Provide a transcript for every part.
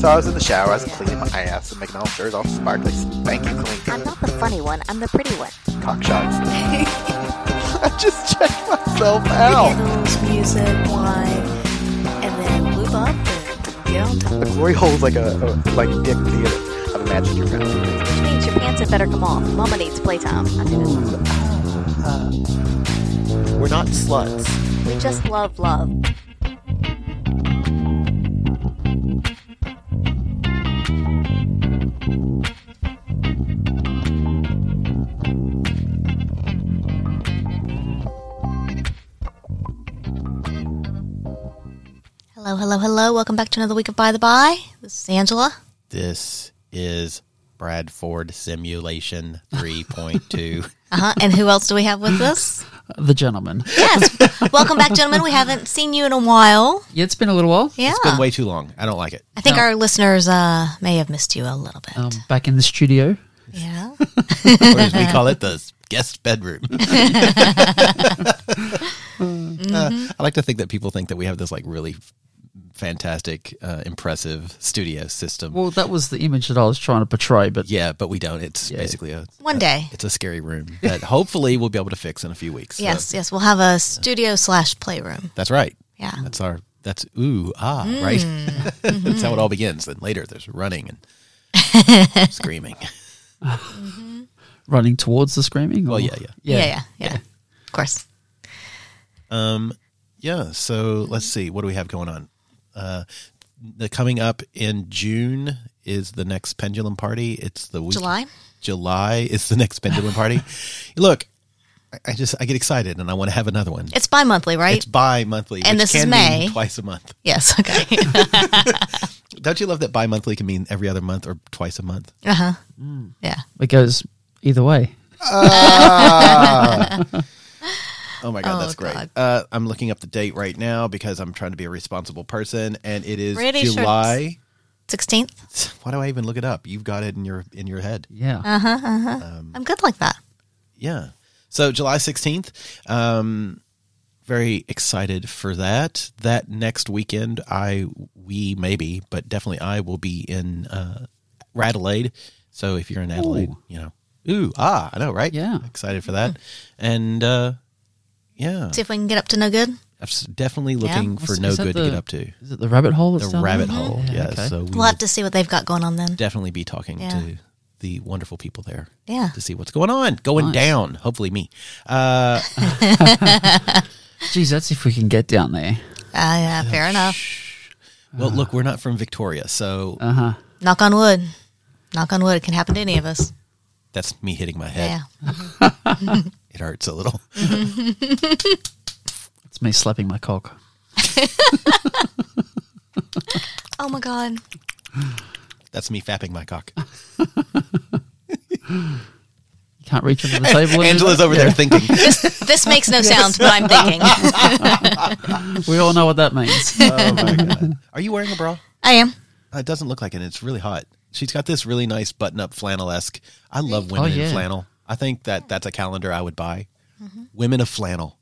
So I was in the shower, I was cleaning my ass and making all sure it's all sparkly, spanky clean, I'm not the funny one, I'm the pretty one. cock shots. I just checked myself out. Candles, music, wine, Oh. and then lube up and The guilt. glory hole's like a, a like dick theater. I've imagined your mouth. Which means your pants had better come off. Mama needs playtime. I think that's- We're not sluts. We just love love. Hello, hello, hello. Welcome back to another week of By the By. This is Angela. This is Bradford Simulation 3.2. Uh-huh. And who else do we have with us? the gentleman. Yes. Welcome back, gentlemen. We haven't seen you in a while. Yeah, it's been a little while. Yeah. It's been way too long. I don't like it. I think our listeners uh, may have missed you a little bit. Um, back in the studio. yeah. Or as we call it, the guest bedroom. Mm-hmm. Uh, I like to think that people think that we have this like really f- fantastic, uh, impressive studio system. Well, that was the image that I was trying to portray, but yeah, but we don't. It's basically a One day. it's a scary room that hopefully we'll be able to fix in a few weeks. So Yes, yes. We'll have a studio slash playroom. that's right. Yeah. Mm. That's our that's ooh ah right. that's Mm-hmm. how it all begins. Then later there's running and screaming. running towards the screaming. Well, or- yeah, yeah. Yeah, yeah, yeah. Of course. Um, yeah. So let's Mm-hmm. see. What do we have going on? Uh, the coming up in June is the next Pendulum Party. It's the week. July? July is the next Pendulum Party. Look, I- I just I get excited and I want to have another one. It's bi monthly, right? It's bi-monthly, And which this is can mean May. twice a month. yes, okay. Don't you love that bi-monthly can mean every other month or twice a month? Uh-huh. yeah. It goes either way. Oh my god, Oh, that's great. God. Uh, I'm looking up the date right now because I'm trying to be a responsible person, and it is Pretty sure July. 16th? Why do I even look it up? You've got it in your in your head. Yeah. Uh-huh. I'm good like that. Yeah. So July 16th. Um, very excited for that. That next weekend, I, we maybe, but definitely I will be in uh, Adelaide. So if you're in Adelaide, you know, ooh, ah, I know, right? Yeah. Excited for that. And uh, yeah, See if we can get up to no good. I'm s- definitely looking for Is- no is that good the- to get up to. Is it the rabbit hole? The That's down rabbit there? hole. Yeah, Yeah. okay. So we We'll will have to see what they've got going on then. definitely be talking Yeah. to the wonderful people there. Yeah. To see what's going on, going down. Hopefully, me. Uh, Geez, that's if we can get down there. Uh, yeah, fair enough. well, look, we're not from Victoria, so Knock on wood. Knock on wood. It can happen to any of us. that's me hitting my head. Yeah. It hurts a little. It's me slapping my cock. Oh, my God. That's me fapping my cock. You can't reach under the table. and do Angela's that? over there thinking. This makes no sound, but I'm thinking. We all know what that means. Oh my god! Are you wearing a bra? I am. Uh, It doesn't look like it. It's really hot. She's got this really nice button-up flannel esque. I love women in yeah. flannel. I think that that's a calendar I would buy. Women of flannel.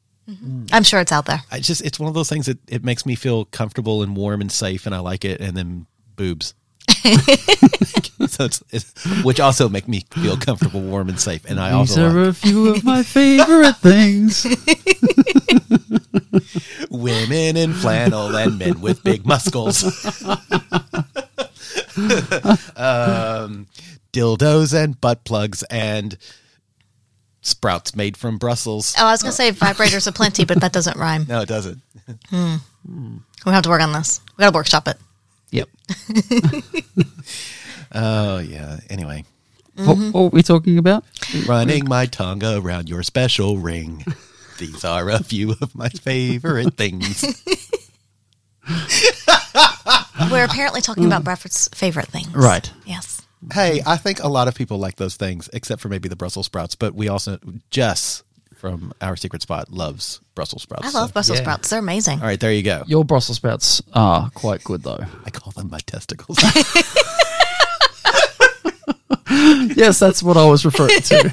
I'm sure it's out there. I just it's one of those things that it makes me feel comfortable and warm and safe, and I like it. And then boobs, so it's, it's, which also make me feel comfortable, warm, and safe. And I These also are like a few of my favorite things. women in flannel and men with big muscles. um, dildos and butt plugs and sprouts made from Brussels. Oh, I was going to say vibrators are plenty, but that doesn't rhyme. No, it doesn't. We're going to have to work on this. we got to workshop it. Yep. Oh yeah. Anyway, Mm-hmm. What, what were we talking about? running my tongue around your special ring. These are a few of my favorite things. we're apparently talking about Bradford's favorite things. Right. Yes. Hey, I think a lot of people like those things, except for maybe the Brussels sprouts. But we also Jess from our secret spot loves Brussels sprouts. I love So- Brussels sprouts. They're amazing. All right, there you go. Your Brussels sprouts are quite good though. I call them my testicles. yes, that's what I was referring to.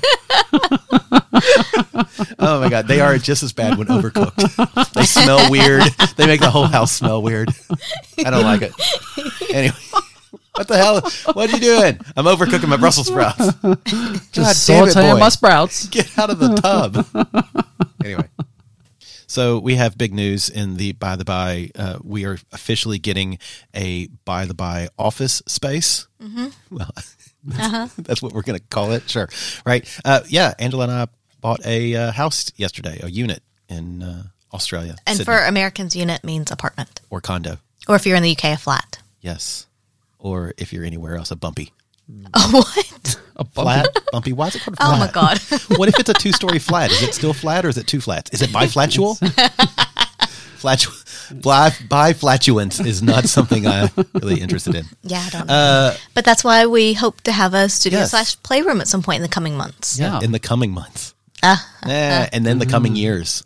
oh my god, they are just as bad when overcooked. They smell weird. They make the whole house smell weird. I don't like it. Anyway. What the hell? What are you doing? I'm overcooking my Brussels sprouts. God Just damn it, sauteing boy. my sprouts. Get out of the tub. anyway. So we have big news in the by the by. Uh, we are officially getting a by the by office space. Mm-hmm. Well, that's, Uh-huh. that's what we're going to call it. Sure, right? Uh, yeah, Angela and I bought a uh, house yesterday, a unit in uh, Australia, And Sydney, for Americans, unit means apartment. or condo. Or if you're in the UK, a flat. Yes, or if you're anywhere else, a bumpy, Oh, what? A bu- flat, bumpy. Why is it called? A Oh, flat? my God. what if it's a two-story flat? Is it still flat or is it two flats? Is it biflatual? Flatu- bli- biflatuance is not something I'm really interested in. Yeah, I don't know. but that's why we hope to have a studio Uh, Yes. slash playroom at some point in the coming months. yeah. In the coming months. Ah. Eh, and then the coming years.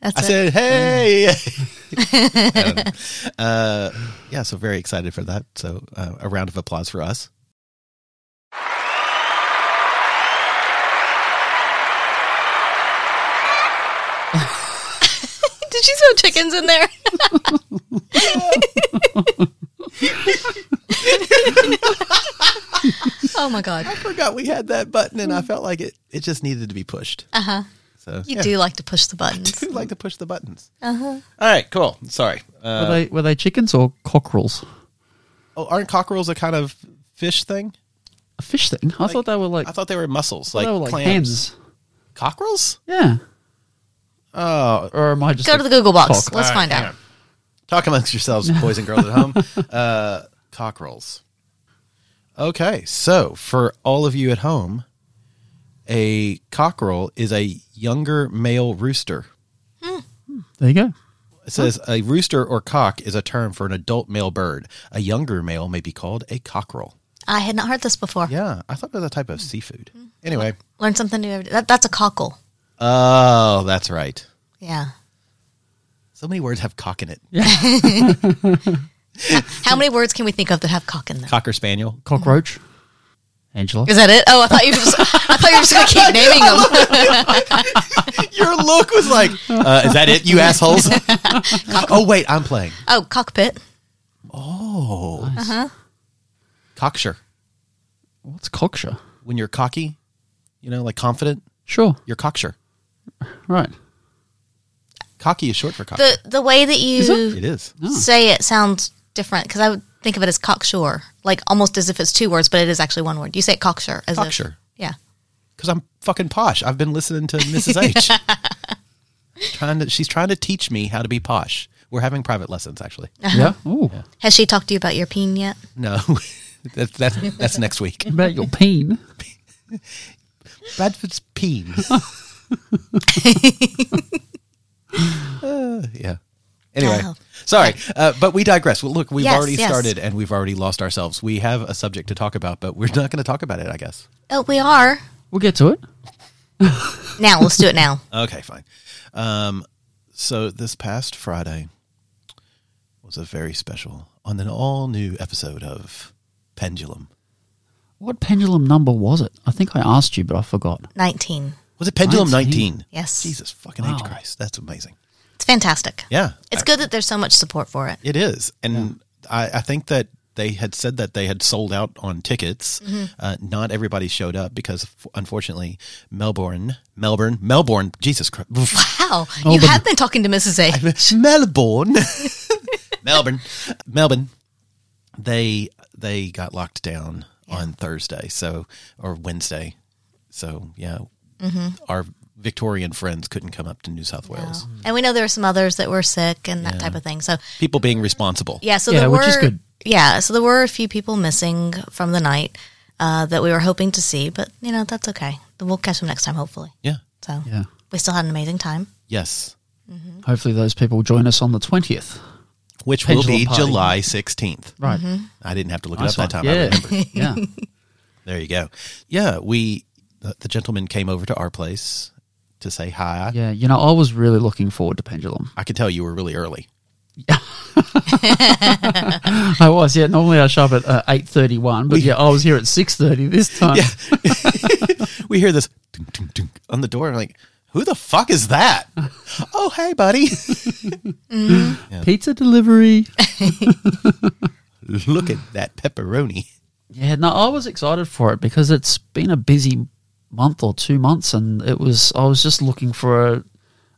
That's I it. said, hey. Mm. I don't know. uh, yeah, so very excited for that. So uh, a round of applause for us. Did you throw chickens in there? oh my god. Forgot we had that button and I felt like it, it just needed to be pushed. Uh huh. So Mm. Uh-huh. You yeah, do Uh-huh. like to push the buttons. do like to push the buttons. Uh huh. All right, cool. Sorry. Uh, were, they, were they chickens or cockerels? Oh, aren't cockerels a kind of fish thing? A fish thing. I thought they were like, I thought they were mussels, they like, were like clams. hens. Cockerels? Yeah. Oh, Or am I just Go to the Google box. Cock. Let's All right, find hang out. on. Talk amongst yourselves, boys and girls at home. Uh, cockerels. Okay, so for all of you at home, a cockerel is a younger male rooster. There you go. It says a rooster or cock is a term for an adult male bird. A younger male may be called a cockerel. I had not heard this before. Yeah, I thought it was a type of seafood. Mm. Anyway, Learn something new every day. That, that's a cockle. oh, that's right. Yeah. So many words have cock in it. How many words can we think of that have cock in them? Cocker spaniel. Cockroach. Angela. Is that it? Oh, I thought you were just, I thought you were just going to keep naming them. Your look was like, uh, "Is that it, you assholes?" oh wait, I'm playing. Oh, cockpit. Oh, Nice. Uh-huh. cocksure. What's cocksure? When you're cocky, you know, like confident, Sure. you're cocksure. Right. Cocky is short for cock. The the way that you it is. say it sounds different because I would think of it as cocksure, like almost as if it's two words, but it is actually one word. You say it cocksure as Cocksure. If, yeah. Because I'm fucking posh. I've been listening to Mrs. H. trying to, she's trying to teach me how to be posh. We're having private lessons, actually. Yeah. Ooh. Has she talked to you about your peen yet? No, that's that's that's next week. About your peen. Bradford's peen. Uh, yeah. Anyway, Oh. sorry, uh, but we digress. Well, look, we've Yes, already yes. started and we've already lost ourselves. We have a subject to talk about, but we're not going to talk about it, I guess. Oh, we are. We'll get to it. Now, let's do it now. Okay, fine. Um, so this past Friday was a very special on an all new episode of Pendulum. What pendulum number was it? I think I asked you, but I forgot. 19. Was it Pendulum 19? 19? Yes. Jesus fucking H. Wow. Christ. That's amazing. It's fantastic. Yeah. It's good that there's so much support for it. It is, and I, I think that they had said that they had sold out on tickets. Uh, not everybody showed up because, f- unfortunately, Melbourne, Melbourne, Melbourne. Jesus Christ, Wow. You have been talking to Mrs. A. Melbourne, Melbourne, Melbourne. They they got locked down on Thursday, so or Wednesday, so yeah, our Victorian friends couldn't come up to New South Wales. Mm. And we know there are some others that were sick and that type of thing. So, People being responsible. yeah, so Yeah, there were. which is good. Yeah, so there were a few people missing from the night uh, that we were hoping to see, but, you know, that's okay. We'll catch them next time, hopefully. Yeah. So, Yeah. we still had an amazing time. Yes. Hopefully, those people join us on the 20th. which will Pendulum be Party. July 16th. Right. Mm-hmm. I didn't have to look Nice it up that one. time. I remembered. Yeah. yeah. There you go. Yeah, we the, the gentleman came over to our place to say hi. Yeah. You know, I was really looking forward to Pendulum. I could tell you were really early. I was, yeah. Normally I show up at uh, 8.31, but yeah, I was here at 6.30 this time. We hear this dunk, dunk, dunk on the door. I'm like, who the fuck is that? oh, hey, buddy. Pizza delivery. look at that pepperoni. Yeah, no, I was excited for it because it's been a busy month or two months, and it was I was just looking for a,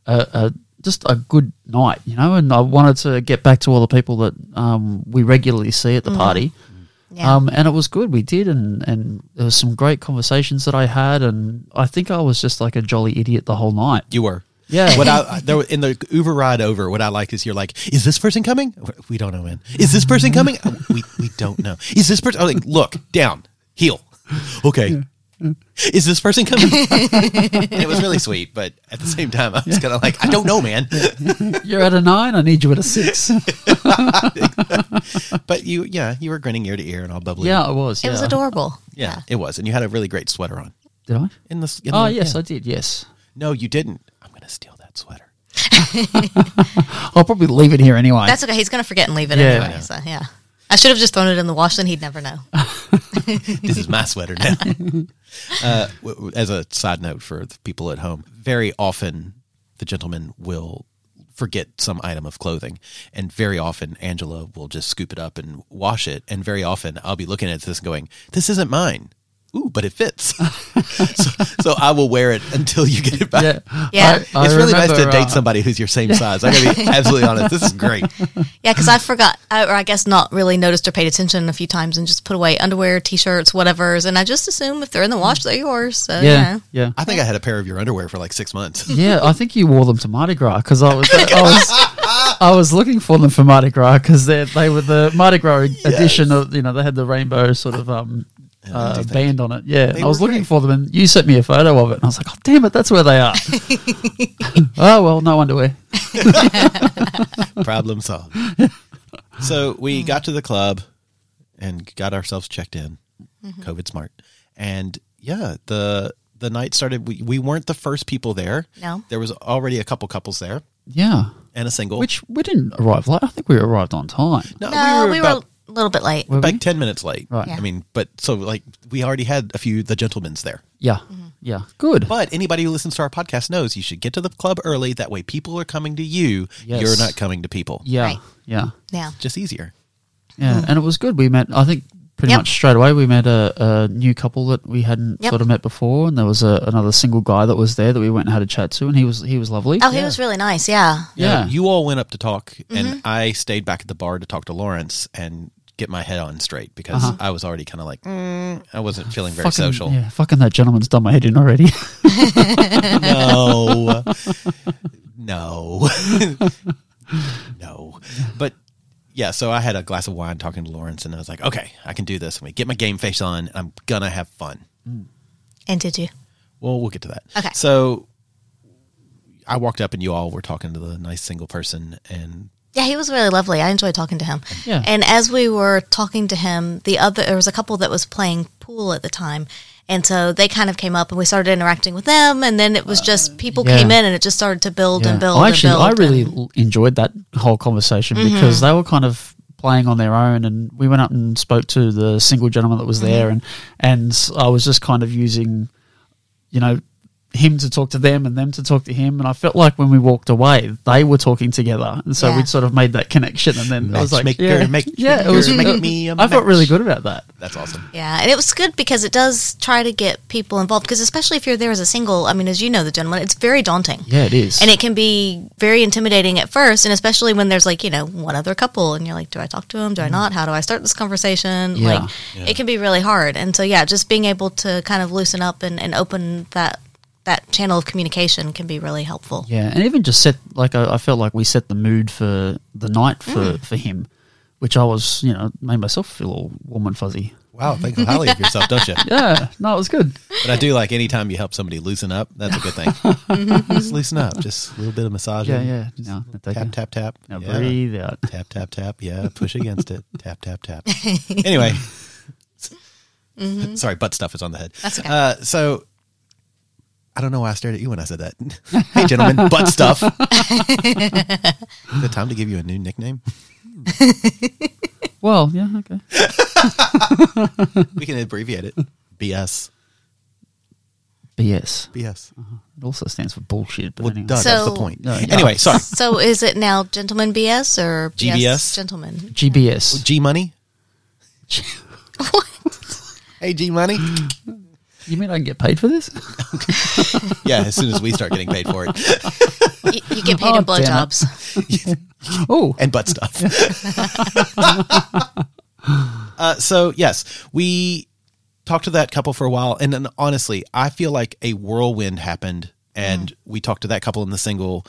a, a just a good night, you know, and I wanted to get back to all the people that um, we regularly see at the party. Yeah. Um, and it was good. We did, and, and there was some great conversations that I had, and I think I was just like a jolly idiot the whole night. You were. Yeah. What I there was- in the Uber ride over, what I like is you're like, is this person coming? We don't know. Man, is this person coming? Uh, We we don't know. Is this person? I'm like, look down, heel. Okay. Is this person coming? it was really sweet, but at the same time, I was kind of like, I don't know, man. You're at a nine. I need you at a six. but you, yeah, you were grinning ear to ear and all bubbly. yeah, I was. It was yeah. adorable. yeah, it was, and you had a really great sweater on. Did I? In the, in Oh the- yes, yeah. I did. Yes, no, you didn't. I'm gonna steal that sweater. I'll probably leave it here anyway. That's okay. He's going to forget and leave it Yeah. anyway. So, yeah. I should have just thrown it in the wash, then he'd never know. this is my sweater now. uh, w- w- as a side note for the people at home, very often the gentleman will forget some item of clothing, and very often Angela will just scoop it up and wash it, and very often I'll be looking at this and going, "This isn't mine." Ooh, but it fits. so, so I will wear it until you get it back. yeah, Yeah. I- I it's really nice to remember, date uh, somebody who's your same size. I'm gonna be absolutely honest. This is great. Yeah, because I forgot, I, or I guess not really noticed or paid attention a few times and just put away underwear, t shirts, whatever's. And I just assume if they're in the wash, they're yours. So, Mm. Yeah, yeah. yeah. I think I had a pair of your underwear for like six months. Yeah, I think you wore them to Mardi Gras because I was I was I was looking for them for Mardi Gras because they they were the Mardi Gras edition of you know they had the rainbow sort of um uh, band on it. Yeah, They I was were looking great. for them and you sent me a photo of it and I was like, oh damn it, that's where they are. oh well, no underwear. Problem solved. so we got to the club and got ourselves checked in, Mm-hmm. COVID smart, and yeah, the the night started. We, we weren't the first people there. No. there was already a couple couples there Yeah, and a single. which we didn't arrive late. I think we arrived on time. no, No, we were, about, a little bit late. were like we? ten minutes late. Right. I Yeah. mean, but so like we already had a few the gentlemen's there. Yeah, Mm-hmm. yeah, good. But anybody who listens to our podcast knows you should get to the club early. That way, people are coming to you. Yes. You're not coming to people. yeah, Right. yeah. Yeah. Just easier. Yeah, and it was good. We met, I think, pretty Yep. much straight away. We met a, a new couple that we hadn't Yep. sort of met before, and there was a, another single guy that was there that we went and had a chat to, and he was he was lovely. Oh, he was really nice. Yeah. yeah, You all went up to talk, and I stayed back at the bar to talk to Lawrence and get my head on straight because I was already kind of like, mm, I wasn't feeling very fucking, social. Yeah, fucking that gentleman's done my head in already. No. no. no. But yeah, so I had a glass of wine talking to Lawrence, and I was like, okay, I can do this. I'm going to get my game face on. and I'm going to have fun. And did you? Well, we'll get to that. Okay. So I walked up, and you all were talking to the nice single person, and Yeah, he was really lovely. I enjoyed talking to him. Yeah. And as we were talking to him, the other there was a couple that was playing pool at the time. And so they kind of came up and we started interacting with them and then it was just people Uh, yeah. came in and it just started to build Yeah. and build I actually, and build. I really and- l enjoyed that whole conversation Mm-hmm. because they were kind of playing on their own, and we went up and spoke to the single gentleman that was Mm-hmm. there, and and I was just kind of using, you know. Him to talk to them and them to talk to him, and I felt like when we walked away, they were talking together, and so Yeah. we'd sort of made that connection. And then I was like, Matchmaker, yeah, matchmaker, yeah, it was. make Make me me a felt really match. good about that. that's awesome. Yeah, and it was good because it does try to get people involved because especially if you're there as a single, I mean as you know the gentleman, it's very daunting. Yeah, it is. And it can be very intimidating at first, and especially when there's like, you know, one other couple and you're like, do I talk to him? Do I not? How do I start this conversation? Mm-hmm. Yeah. Like, it can be really hard. And so, yeah, just being able to kind of loosen up and, and open that that channel of communication can be really helpful. Mm. Yeah, and even just set like I, I felt like we set the mood for the night for for him which I was, you know, made myself feel all warm and fuzzy. Wow, think highly of yourself, don't you? Yeah, no, it was good. But I do like anytime you help somebody loosen up, that's a good thing. just loosen up, just a little bit of massage. Yeah, in, yeah. just No, a little take tap, it. tap, tap. Now yeah. breathe out. Tap, tap, tap. Yeah, push against it. tap, tap, tap. Anyway. Mm-hmm. Sorry, butt stuff is on the head. That's okay. Uh, so I don't know why I stared at you when I said that. hey, gentlemen, butt stuff. is it time to give you a new nickname? Well, yeah, okay. We can abbreviate it. BS. BS. BS. It also stands for bullshit. But Well, Uh-huh. anyway. duh, that's the So- point. No, yeah. Anyway, sorry. So is it now Gentleman BS or BS GBS? Gentleman? GBS. G Money. Hey, G Money. You mean I can get paid for this? Yeah, as soon as we start getting paid for it You, you get paid Oh, in damn it. blowjobs. Oh, and butt stuff. uh, so, yes, we talked to that couple for a while. And then, honestly, I feel like a whirlwind happened. And we talked to that couple in the single.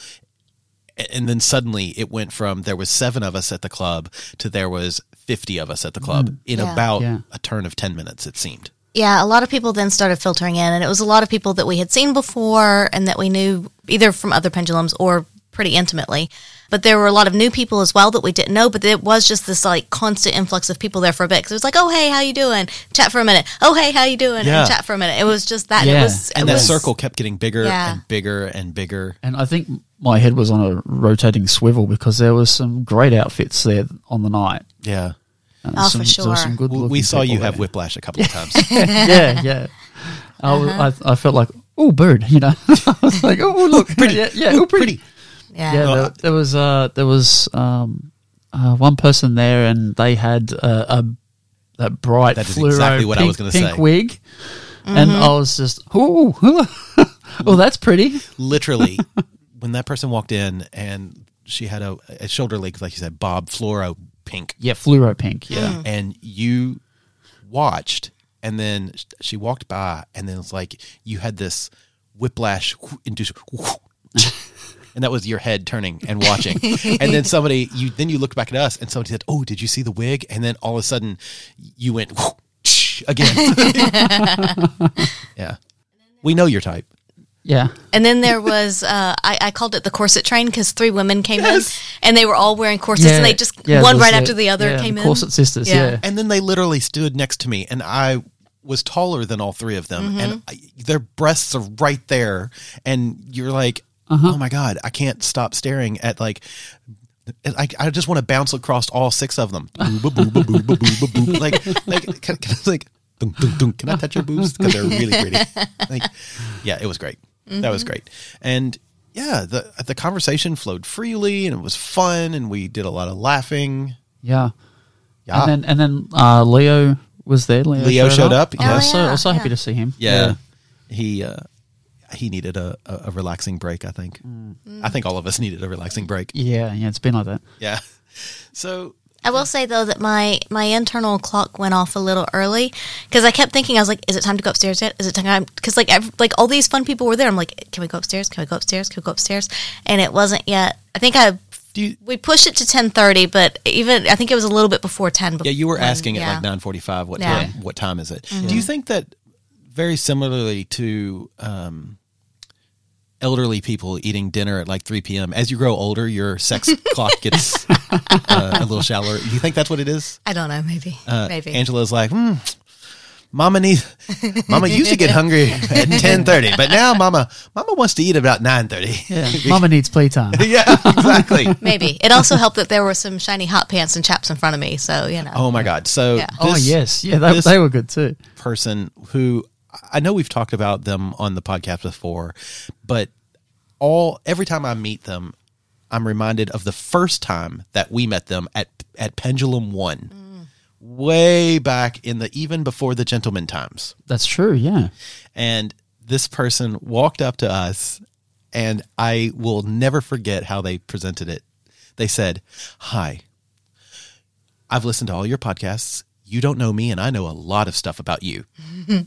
a- And then suddenly it went from there was seven of us at the club to there was 50 of us at the club in Yeah. about Yeah. a turn of 10 minutes, it seemed. Yeah, a lot of people then started filtering in, and it was a lot of people that we had seen before and that we knew either from other pendulums or pretty intimately. But there were a lot of new people as well that we didn't know. But it was just this like constant influx of people there for a bit. 'Cause it was like, oh hey, how you doing? Chat for a minute. Oh hey, how you doing? Yeah. And chat for a minute. It was just that. Yeah. It was, And it that was- circle kept getting bigger Yeah. and bigger and bigger. and I think my head was on a rotating swivel because there was some great outfits there on the night. Yeah. Uh, Oh, some, for There were sure. some good We, we looking saw you people have there. whiplash a couple of times. yeah, yeah. I was- Uh-huh. I, I felt like, oh, bird, you know. I was like, oh, look, pretty. Yeah, yeah oh, pretty. Yeah. Yeah, there, there was uh, there was um, uh, one person there, and they had uh, a that bright That is fluoro exactly what I pink, was gonna say. pink wig, and Mm-hmm. I was just, oh, well, that's pretty. literally when that person walked in and she had a, a shoulder length like you said bob fluoro pink Yeah, fluoro pink. Mm. Yeah, and you watched and then sh- she walked by and then it's like you had this whiplash induced and that was your head turning and watching and then somebody you then you looked back at us and somebody said oh did you see the wig and then all of a sudden you went again yeah we know your type yeah. And then there was, uh, I, I called it the corset train because three women came in and they were all wearing corsets Yeah, and they just, yeah, one there's right a- after the other yeah, came in. Corset sisters. Yeah. Yeah, And then they literally stood next to me, and I was taller than all three of them, Mm-hmm. and I, their breasts are right there, and you're like, Uh-huh. oh my god, I can't stop staring at like. I, I just want to bounce across all six of them. Boob, boob, boob, boob, boob, boob, boob. Like, like, can, can, like dunk, dunk, dunk. can I touch your boobs? Because they're really pretty. Like, yeah, it was great. That Mm-hmm. was great. And yeah, the the conversation flowed freely, and it was fun, and we did a lot of laughing. yeah. Yeah. And then and then uh, Leo was there. Leo, Leo showed up, I was yes. so, I was so Oh, yeah. happy to see him. Yeah. He uh, he needed a, a, a relaxing break, I think. I think all of us needed a relaxing break. yeah, yeah. It's been like that. Yeah. So I will say though that my my internal clock went off a little early because I kept thinking I was like, "Is it time to go upstairs yet? Is it time?" Because like ev- like all these fun people were there. I'm like, "Can we go upstairs? Can we go upstairs? Can we go upstairs?" And it wasn't yet. I think I do you, we pushed it to ten thirty, but even I think it was a little bit before ten. yeah, you were asking it at like nine forty five what Yeah. time what time is it? Do you think that very similarly to um, elderly people eating dinner at like three PM, as you grow older your sex clock gets uh, a little shallower. Do you think that's what it is? I don't know. Maybe Uh, maybe. Angela's like, hmm, Mama needs. Mama used to get hungry at ten thirty, but now Mama, Mama wants to eat about nine thirty. Yeah, Mama needs playtime. yeah, exactly. Maybe it also helped that there were some shiny hot pants and chaps in front of me, so you know. Oh my God! So Yeah. Oh this yes, yeah, they, this- they were good too. person who I know we've talked about them on the podcast before, but all every time I meet them, I'm reminded of the first time that we met them at at Pendulum One. Way back in the even before the gentleman times. That's true. Yeah, and this person walked up to us and i will never forget how they presented it they said hi i've listened to all your podcasts you don't know me and i know a lot of stuff about you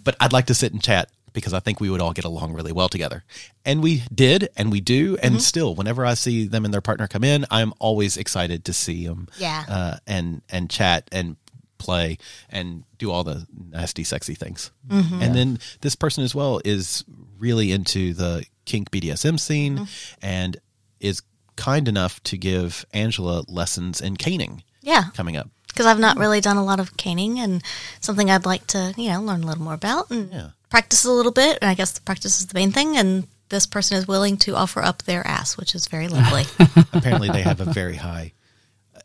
but i'd like to sit and chat because I think we would all get along really well together. And we did, and we do, and still, whenever I see them and their partner come in, I'm always excited to see them. Yeah. uh, and and chat and play and do all the nasty, sexy things. And then this person as well is really into the kink BDSM scene and is kind enough to give Angela lessons in caning Yeah. coming up. Because I've not really done a lot of caning and something I'd like to, you know, learn a little more about and Yeah. practice a little bit. And I guess the practice is the main thing. And this person is willing to offer up their ass, which is very lovely. apparently they have a very high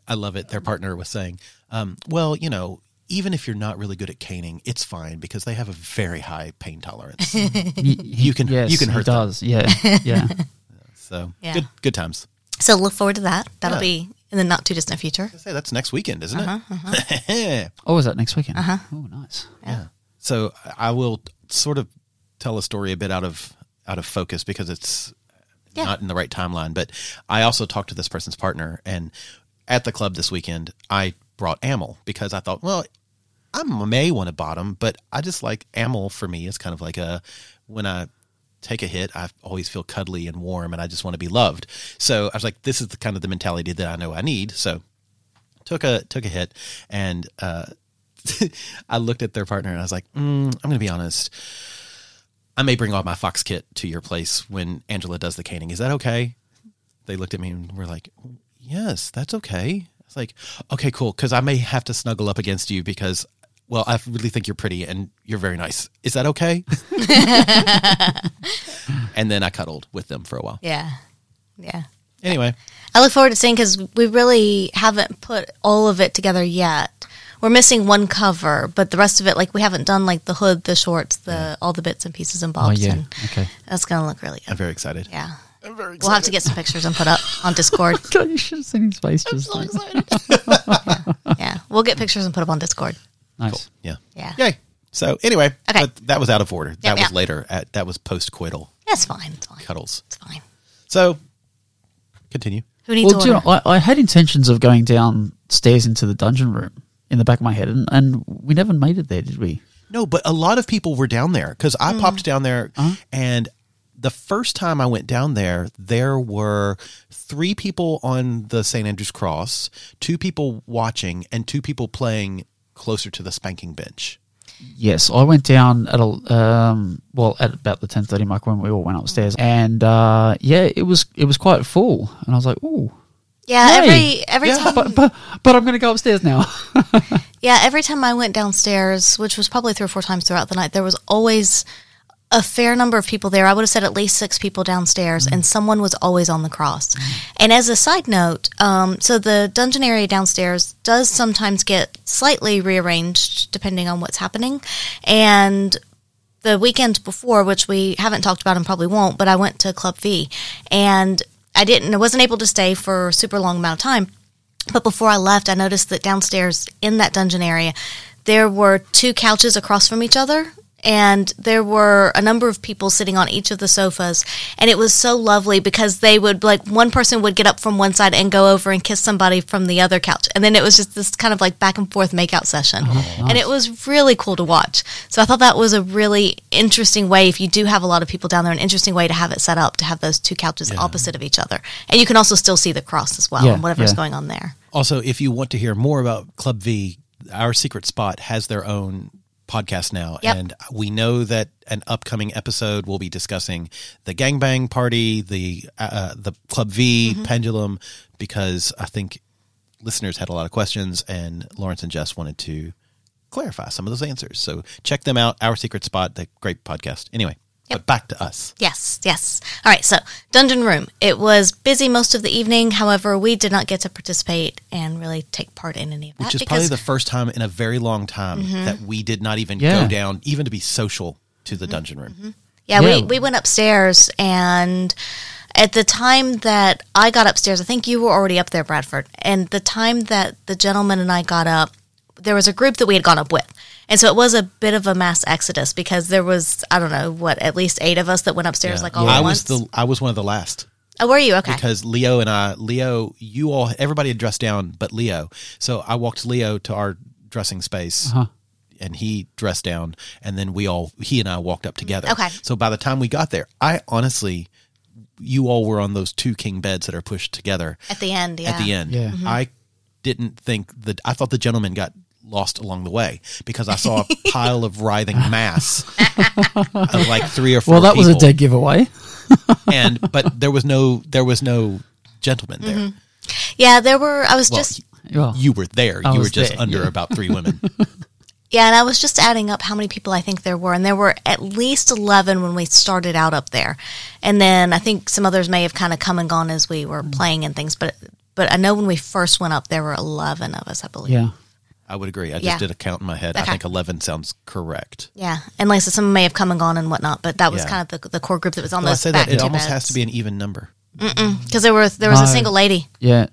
i love it their partner was saying um, well you know even if you're not really good at caning it's fine because they have a very high pain tolerance you can- you can hurt them. does. Yeah, yeah. so Yeah. good good times so look forward to that. That'll Yeah. be in the not too distant future. I say that's next weekend isn't it oh, is that next weekend? Uh-huh. Oh, nice. yeah so i will sort of tell a story a bit out of out of focus because it's Yeah. not in the right timeline but i also talked to this person's partner and at the club this weekend i brought amel because i thought well I may want to bottom, but I just like amyl for me. It's kind of like a when I take a hit, I always feel cuddly and warm, and I just want to be loved. So I was like, this is the kind of the mentality that I know I need. So took a took a hit, and uh, I looked at their partner, and I was like, mm, I'm going to be honest. I may bring all my fox kit to your place when Angela does the caning. Is that okay? They looked at me and were like, "Yes, that's okay." I was like, "Okay, cool," because I may have to snuggle up against you because, well, I really think you're pretty and you're very nice. Is that okay? and then I cuddled with them for a while. Yeah. Yeah. Anyway, I look forward to seeing because we really haven't put all of it together yet. We're missing one cover, but the rest of it, like we haven't done like the hood, the shorts, the all the bits and pieces and Oh, bobs. yeah. and Okay. that's gonna look really good. I'm very excited. Yeah, we'll have to get some pictures and put up on Discord. God, you should have seen his face just then. yeah, we'll get pictures and put up on Discord. Nice. Yeah. Yeah. Yay. So anyway, Okay. but that was out of order. that was yeah. later. At, that was post coital That's fine. It's fine. cuddles. It's fine. So continue. Who needs Well, do to you order? know, I, I had intentions of going downstairs into the dungeon room in the back of my head, and, and we never made it there, did we? No, but a lot of people were down there because I popped down there, and the first time I went down there, there were three people on the St. Andrew's Cross, two people watching, and two people playing closer to the spanking bench. Yes, I went down at a um, well at about the ten thirty mark when we all went upstairs, and uh, yeah, it was it was quite full, and I was like, "Ooh, yeah, Hey. every every time. but but but I'm going to go upstairs now." Yeah, every time I went downstairs, which was probably three or four times throughout the night, there was always a fair number of people there. I would have said at least six people downstairs, and someone was always on the cross. And as a side note, um, so the dungeon area downstairs does sometimes get slightly rearranged depending on what's happening. And the weekend before, which we haven't talked about and probably won't, but I went to Club V and I didn't, I wasn't able to stay for a super long amount of time. But before I left, I noticed that downstairs in that dungeon area, there were two couches across from each other. And there were a number of people sitting on each of the sofas. And it was so lovely because they would, like, one person would get up from one side and go over and kiss somebody from the other couch. And then it was just this kind of like back and forth makeout session. Oh, And it was really cool to watch. So I thought that was a really interesting way, if you do have a lot of people down there, an interesting way to have it set up to have those two couches opposite of each other. And you can also still see the cross as well Yeah, and whatever's yeah. going on there. Also, if you want to hear more about Club V, our secret spot has their own podcast now. Yep. And we know that an upcoming episode will be discussing the gangbang party, the uh, the Club V pendulum, because I think listeners had a lot of questions and Lawrence and Jess wanted to clarify some of those answers. So check them out. Our secret spot, the great podcast. Anyway, but back to us. Yes, yes. All right, so Dungeon Room. It was busy most of the evening. However, we did not get to participate and really take part in any of that. Which is probably because the first time in a very long time Mm-hmm. that we did not even Yeah. go down, even to be social, to Mm-hmm. the dungeon room. Yeah, Yeah. We, we went upstairs, and at the time that I got upstairs, I think you were already up there, Bradford. And the time that the gentleman and I got up, there was a group that we had gone up with. And so it was a bit of a mass exodus because there was, I don't know, what, at least eight of us that went upstairs like all I at once. was the I was one of the last oh, were you? Okay. because Leo and I, Leo, you all, everybody had dressed down, but Leo. So I walked Leo to our dressing space, and he dressed down, and then we all he and I walked up together. Okay. So by the time we got there, I honestly, you all were on those two king beds that are pushed together At the end, yeah. Mm-hmm. at the end. Yeah. Mhm. I didn't think that I thought the gentleman got lost along the way because I saw a pile of writhing mass of like three or four. Well, that was a people. dead giveaway. And but there was no there was no gentleman there. Mm-hmm. Yeah, there were. I was Well, just Well, You were there. Oh. I you were was just there, under yeah. about three women. yeah, and I was just adding up how many people I think there were, and there were at least eleven when we started out up there, and then I think some others may have kind of come and gone as we were Mm. playing and things, but but I know when we first went up, there were eleven of us, I believe. yeah. I would agree. I just Yeah. did a count in my head. I Okay. think eleven sounds correct. Yeah, and like I said, some may have come and gone and whatnot, but that was Yeah. kind of the, the core group that was on Well, I those say back that it two almost has to be an even number. because there were there was a No. single lady. Yeah.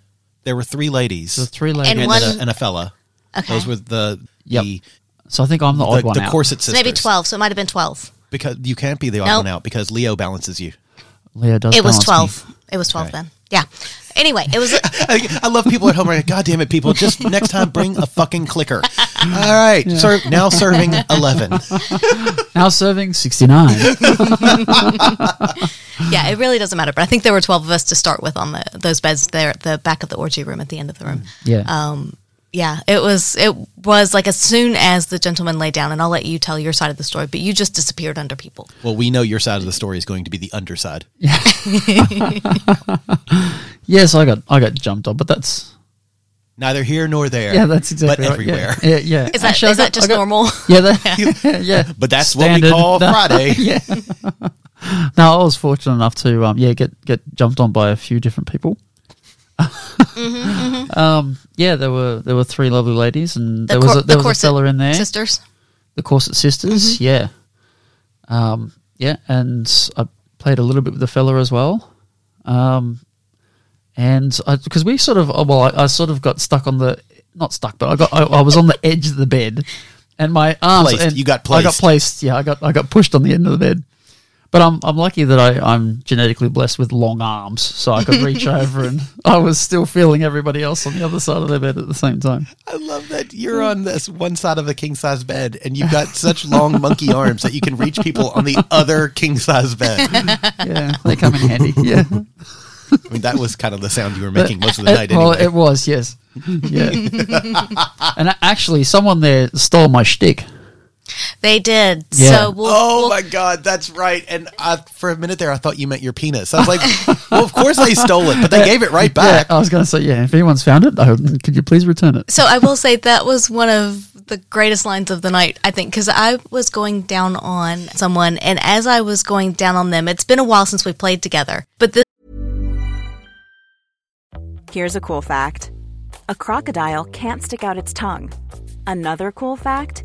There were three ladies The three ladies. and, And then one- a, and a fella. Okay. Those were the Yep. the, so I think I'm the the, odd one the out. corset So sisters. maybe twelve, so it might have been twelve. Because you can't be the odd Nope. one out because Leo balances you. Leah does It was balance twelve. It was twelve then. Yeah. Anyway, it was. I, I love people at home. Are like, God damn it, people! Just next time, bring a fucking clicker. All right, ser- now serving eleven. me. Now serving 69. yeah, it really doesn't matter. But I think there were twelve of us to start with on the those beds there at the back of the orgy room at the end of the room. Yeah. Um, yeah, it was it was like as soon as the gentleman lay down, and I'll let you tell your side of the story, but you just disappeared under people. Well, we know your side of the story is going to be the underside. yes, I got I got jumped on, but that's Neither here nor there. yeah, that's exactly But right. Yeah, everywhere. Yeah, yeah. Is that Actually, I is got- that just I got- normal? Yeah, that, yeah. But that's Standard. what we call No. Friday. yeah. no, I was fortunate enough to um yeah get get jumped on by a few different people. Mm-hmm, Um yeah, there were there were three lovely ladies and there was cor- a, there was a corset fella in there, Sisters. the corset sisters. Mm-hmm. Yeah, um yeah, and I played a little bit with the fella as well. Um, and because we sort of oh, well, I, I sort of got stuck on the not stuck, but I got I, I was on the edge of the bed, and my arms Placed. and You got I got placed. placed. Yeah, I got I got pushed on the end of the bed. But I'm I'm lucky that I I'm genetically blessed with long arms, so I could reach over and I was still feeling everybody else on the other side of the bed at the same time. I love that you're on this one side of a king size bed, and you've got such long monkey arms that you can reach people on the other king size bed. I Yeah, they come in handy. Yeah, mean, that was kind of the sound you were making most of the It- night. Well, Anyway. it was yes, yeah. and a- actually, someone there stole my shtick. They did. Yeah. So we'll, Oh we'll- my god, that's right. And I, for a minute there, I thought you meant your penis. I was like, well, of course they stole it, but they gave it right back. I was going to say, yeah, if anyone's found it, I hope, could you please return it? So I will say that was one of the greatest lines of the night, I think, because I was going down on someone, and as I was going down on them, it's been a while since we played together, but this Here's a cool fact a crocodile can't stick out its tongue. Another cool fact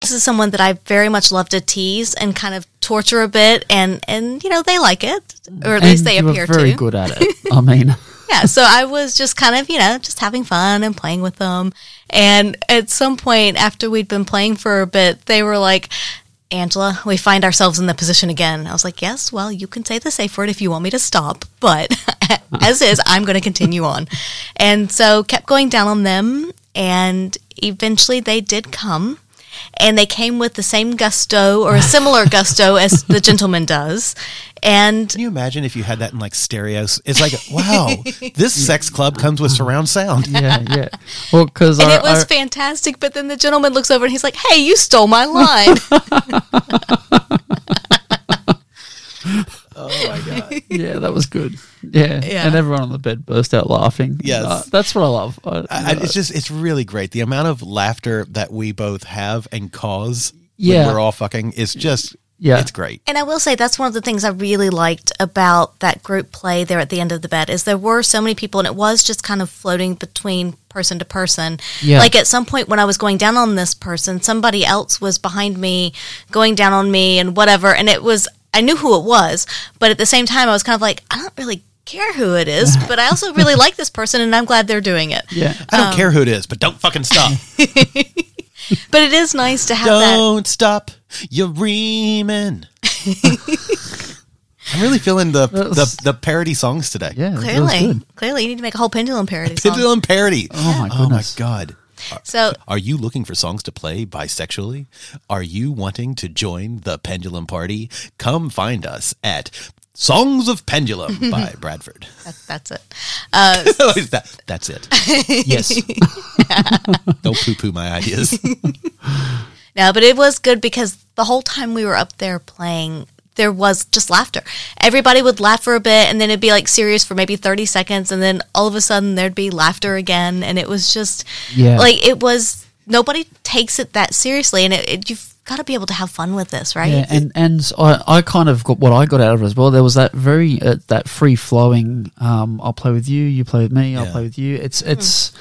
this is someone that I very much love to tease and kind of torture a bit, and and you know they like it, or at least And they you were appear very to. good at it. I mean, yeah, so I was just kind of, you know, just having fun and playing with them. And at some point after we'd been playing for a bit, they were like, Angela, we find ourselves in the position again. I was like, yes, well, you can say the safe word if you want me to stop, but as is, I'm going to continue on. And so kept going down on them. And eventually they did come and they came with the same gusto or a similar gusto as the gentleman does. And Can you imagine if you had that in like stereos? It's like, wow, this sex club comes with surround sound. yeah, yeah. Well, because and I, it was I- fantastic. But then the gentleman looks over and he's like, "Hey, you stole my line." yeah, that was good. Yeah. Yeah. and everyone on the bed burst out laughing. Yes. Uh, that's what I love. I, I, I- it's just it's really great. The amount of laughter that we both have and cause Yeah. when we're all fucking is just Yeah. it's great. And I will say that's one of the things I really liked about that group play there at the end of the bed is there were so many people and it was just kind of floating between person to person. Yeah. Like at some point when I was going down on this person, somebody else was behind me going down on me and whatever and it was I knew who it was, but at the same time I was kind of like I don't really care who it is, but I also really like this person and I'm glad they're doing it. yeah. I don't care who it is, but don't fucking stop. But it is nice to have that. don't stop. You're reaming. I'm really feeling the, was- the the parody songs today. Yeah. that was Clearly, good. clearly, you need to make a whole pendulum parody song. Pendulum parody. Oh my Oh my goodness. god. So Are you looking for songs to play bisexually? Are you wanting to join the Pendulum Party? Come find us at Songs of Pendulum by Bradford. that, that's it. That- that's it. Yes. Don't poo poo my ideas. No, but it was good because the whole time we were up there playing, there was just laughter. Everybody would laugh for a bit and then it'd be like serious for maybe 30 seconds. And then all of a sudden there'd be laughter again. And it was just Yeah. like, it was nobody takes it that seriously. And it, it, you've got to be able to have fun with this, right? Yeah, and and I, I kind of got what I got out of it as well. There was that very uh, that free flowing. Um, I'll play with you, you play with me, I'll Yeah. play with you. It's Hmm. it's.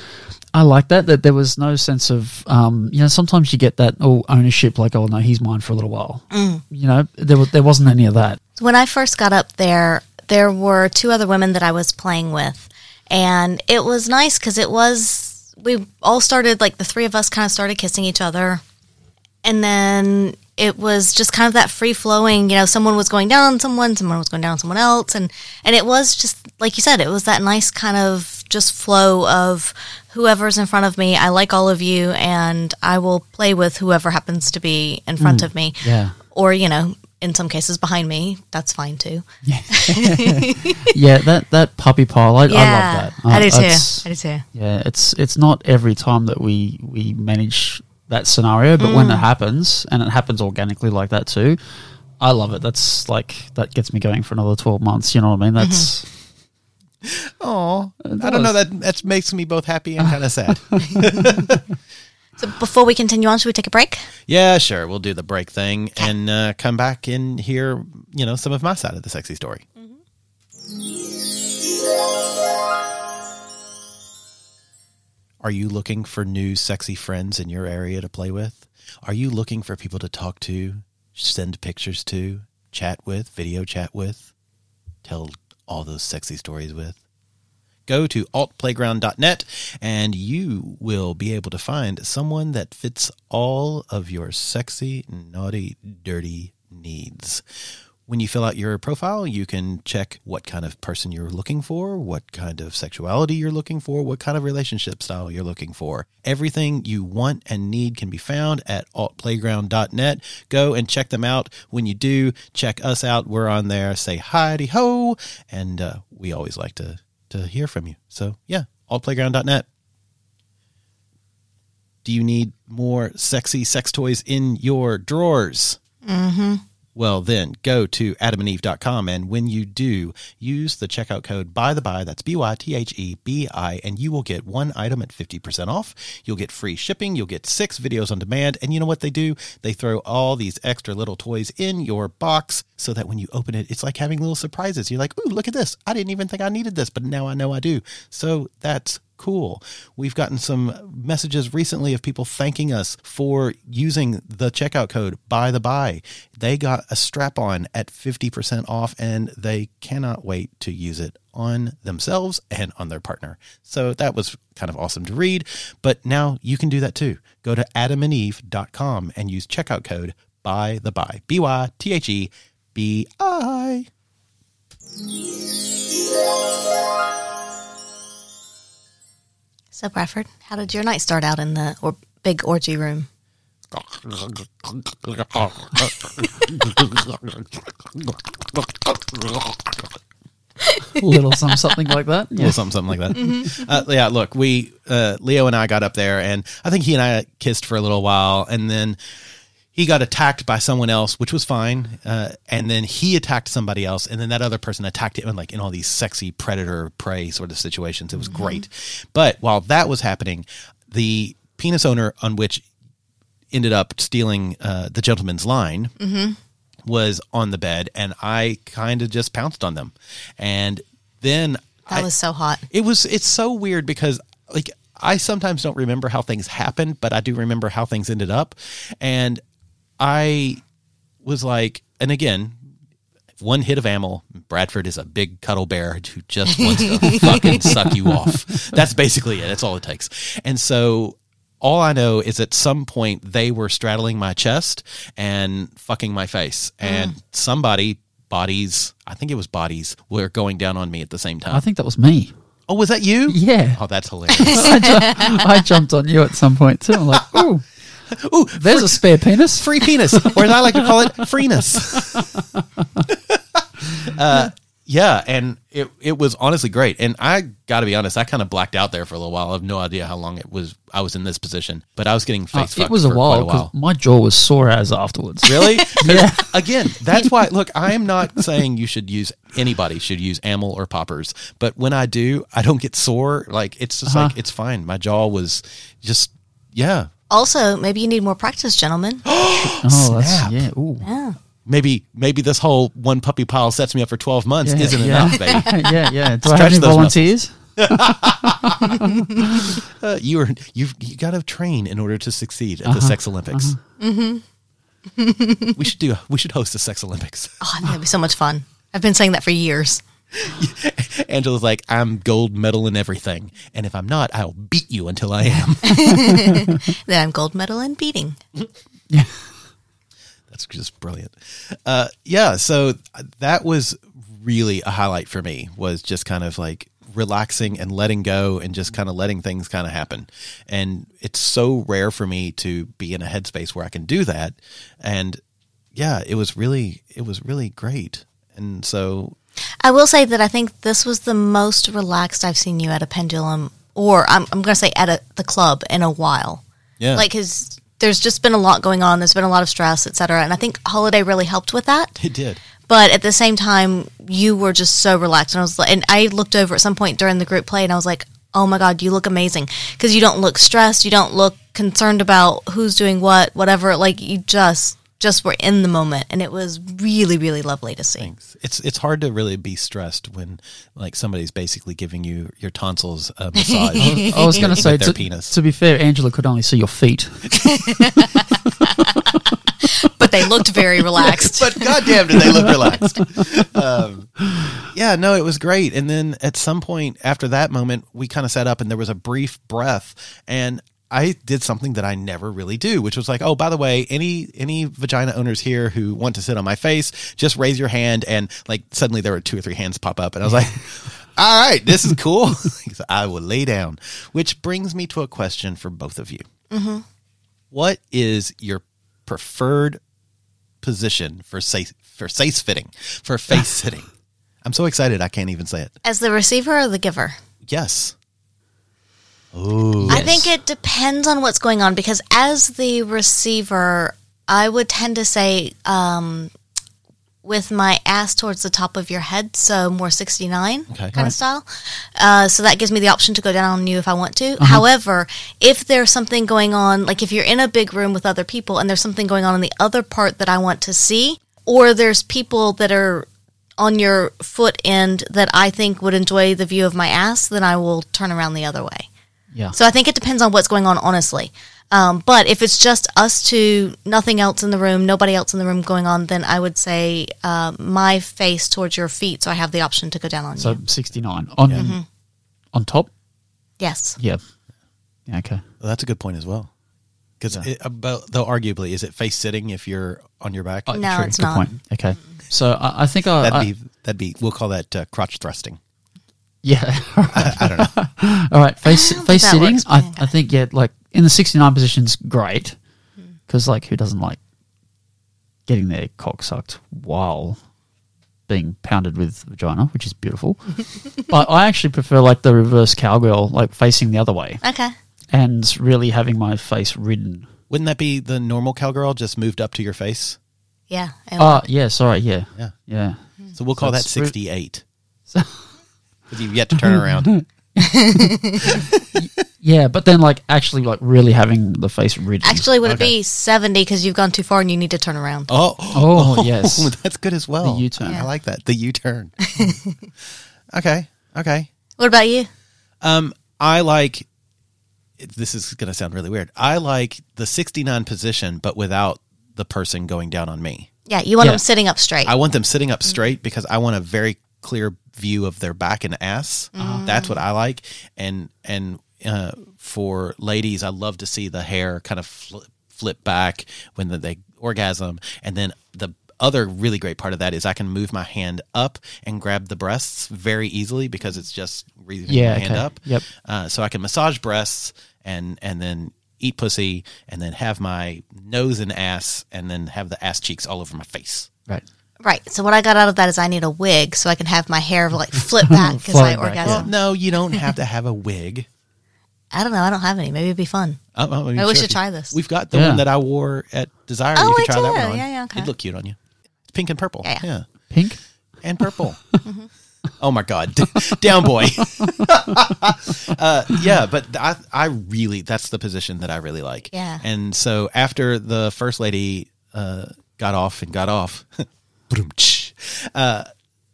I like that that there was no sense of um, you know sometimes you get that oh ownership like oh no he's mine for a little while Hmm. you know there was there wasn't any of that When I first got up there, there were two other women that I was playing with, and it was nice because it was we all started like the three of us kind of started kissing each other, and then it was just kind of that free flowing. You know, someone was going down on someone, someone was going down on someone else, and and it was just like you said, it was that nice kind of just flow of whoever's in front of me. I like all of you, and I will play with whoever happens to be in front of me yeah or you know in some cases behind me that's fine too yeah that that puppy pile I, I love that Uh, I do that's- too i do too Yeah, it's it's not every time that we we manage that scenario, but Mm. when it happens and it happens organically like that too, I love it. That's like that gets me going for another twelve months. You know what I mean? That's Mm-hmm. Oh, I don't know. That that makes me both happy and kind of sad. so before we continue on should we take a break Yeah, sure. We'll do the break thing and uh, come back and hear, you know, some of my side of the sexy story. Are you looking for new sexy friends in your area to play with? Are you looking for people to talk to, send pictures to, chat with, video chat with, tell all those sexy stories with? go to altplayground.net and you will be able to find someone that fits all of your sexy, naughty, dirty needs. When you fill out your profile, you can check what kind of person you're looking for, what kind of sexuality you're looking for, what kind of relationship style you're looking for. Everything you want and need can be found at altplayground.net. Go and check them out. When you do, check us out. We're on there. Say hi ho. And uh, we always like to to hear from you. So yeah, allplayground.net. Do you need more sexy sex toys in your drawers? Mm-hmm. Well, then go to adamandeve.com. And when you do, use the checkout code by the by, that's B Y T H E B I, and you will get one item at 50% off. You'll get free shipping. You'll get six videos on demand. And you know what they do? They throw all these extra little toys in your box so that when you open it, it's like having little surprises. You're like, ooh, look at this. I didn't even think I needed this, but now I know I do. So that's cool. We've gotten some messages recently of people thanking us for using the checkout code by the by. They got a strap on at 50% off and they cannot wait to use it on themselves and on their partner. So that was kind of awesome to read, but now you can do that too. Go to adamandeve.com and use checkout code by the by. B Y T H E B I. so bradford how did your night start out in the or big orgy room a little some something like that. or Yeah. something, something like that. Uh, yeah, look, we uh, Leo and I got up there, and I think he and I kissed for a little while, and then he got attacked by someone else, which was fine. Uh, and then he attacked somebody else, and then that other person attacked him, and like in all these sexy predator prey sort of situations. It was great. But while that was happening, the penis owner on which ended up stealing uh, the gentleman's line was on the bed, and I kind of just pounced on them, and then That I, was so hot. it was it's so weird because like I sometimes don't remember how things happened, but I do remember how things ended up. And I was like, and again, one hit of ammo, Bradford is a big cuddle bear who just wants to fucking suck you off. That's basically it. That's all it takes. And so all I know is at some point they were straddling my chest and fucking my face. Mm. And somebody bodies, I think it was bodies, were going down on me at the same time. I think that was me. Oh, was that you? Yeah. Oh, that's hilarious. I, ju- I jumped on you at some point too. I'm like, ooh, Ooh, there's a spare penis. free penis, or as I like to call it, freeness. uh, yeah, and it it was honestly great. And I got to be honest, I kind of blacked out there for a little while. I have no idea how long it was. I was in this position, but I was getting Uh, face. it was a while because my jaw was sore as afterwards. Really? 'Cause Yeah. Again, that's why. Look, I am not saying you should use anybody should use amyl or poppers, but when I do, I don't get sore. Like it's just Uh-huh. like it's fine. My jaw was just yeah. Also, maybe you need more practice, gentlemen. Oh, that's, Snap. yeah. Ooh. maybe maybe this whole one puppy pile sets me up for 12 months Yeah, isn't yeah. enough baby yeah, yeah. Do I Stretch have any those muscles. volunteers? Uh, you are you've you got to train in order to succeed Uh-huh. at the sex olympics Mm-hmm. we should do we should host the sex olympics Oh, that'd be so much fun. I've been saying that for years. Oh. angela's like i'm gold medal in everything and if i'm not i'll beat you until i am That I'm gold medal in beating. that's just brilliant uh yeah so that was really a highlight for me was just kind of like relaxing and letting go and just kind of letting things kind of happen and it's so rare for me to be in a headspace where i can do that and yeah it was really it was really great and so I will say that I think this was the most relaxed I've seen you at a pendulum, or I'm, I'm going to say at a, the club in a while. yeah Like, his, there's just been a lot going on. There's been a lot of stress, et cetera. And I think Holiday really helped with that. it did But at the same time, you were just so relaxed, and I was like, and I looked over at some point during the group play, and I was like, "Oh my god, you look amazing!" Because you don't look stressed, you don't look concerned about who's doing what, whatever. Like you just just were in the moment, and it was really, really lovely to see. it's it's hard to really be stressed when like somebody's basically giving you your tonsils a massage I was going to with say, their to, penis. to be fair, Angela could only see your feet. But they looked very relaxed. but goddamn, did they look relaxed? um, yeah, no, it was great. And then at some point after that moment, we kind of sat up, and there was a brief breath, and I did something that I never really do, which was like, oh, by the way, any any vagina owners here who want to sit on my face, just raise your hand, and like suddenly there were two or three hands pop up, and I was like. All right, this is cool. So I will lay down, which brings me to a question for both of you. What is your preferred position for safe for face fitting for face sitting. I'm so excited I can't even say it. As the receiver or the giver, Yes. I think it depends on what's going on. Because as the receiver, I would tend to say. Um, with my ass towards the top of your head, so more 69 Okay. kind of style. Uh, so that gives me the option to go down on you if I want to. However, if there's something going on, like if you're in a big room with other people and there's something going on in the other part that I want to see, or there's people that are on your foot end that I think would enjoy the view of my ass, then I will turn around the other way. Yeah. So I think it depends on what's going on, honestly. Um, but if it's just us two, nothing else in the room, nobody else in the room going on, then I would say uh, my face towards your feet, so I have the option to go down on So you. 69 on Mm-hmm. on top. Yes, Yeah. Yeah. Okay. Well, that's a good point as well. Because about though arguably is it face sitting if you're on your back? No, it's Good not. point. Okay. So I, I think I, that'd I- be that'd be we'll call that uh, crotch thrusting. yeah. All right. Face don't think face that sitting. works for I, me. I think yeah. Like in the 69 position's great Mm. because like who doesn't like getting their cock sucked while being pounded with vagina, which is beautiful. but I actually prefer like the reverse cowgirl, like facing the other way. Okay. and really having my face ridden Wouldn't that be the normal cowgirl just moved up to your face? Yeah. and- Oh, yeah, sorry, yeah. Yeah. Yeah. So we'll call So that it's re- 68. Because you've yet to turn around. Yeah, but then like actually like really having the face ridged. Actually, would it be 70 because you've gone too far and you need to turn around? Oh, Oh, yes. That's good as well. The U-turn. I like that. The U turn. okay. Okay. What about you? Um, I like. This is going to sound really weird. I like the sixty-nine position, but without the person going down on me. Yeah, you want Yeah. them sitting up straight. I want them sitting up straight because I want a very clear view of their back and ass. Ah. That's what I like. And and uh, for ladies, I love to see the hair kind of flip, flip back when the, they orgasm. And then the other really great part of that is I can move my hand up and grab the breasts very easily because it's just reaching Yeah, my hand okay. up. Yep. Uh, so I can massage breasts and and then eat pussy and then have my nose and ass and then have the ass cheeks all over my face. right. right. So, what I got out of that is I need a wig so I can have my hair like flip back because I Flowing orgasm. back, Well, no, you don't have to have a wig. I don't know. I don't have any. Maybe it'd be fun. I'm- I'm Maybe we should sure if Oh, you- try this. We've got the Yeah. one that I wore at Desire. Oh, you I can try that do. one on. Yeah, yeah, okay. It'd look cute on you. It's pink and purple. Yeah, yeah. Pink? And purple. oh my God. Down boy. uh, yeah, but I, I really, that's the position that I really like. Yeah. And so after the first lady uh, got off and got off, broom-tsh, uh,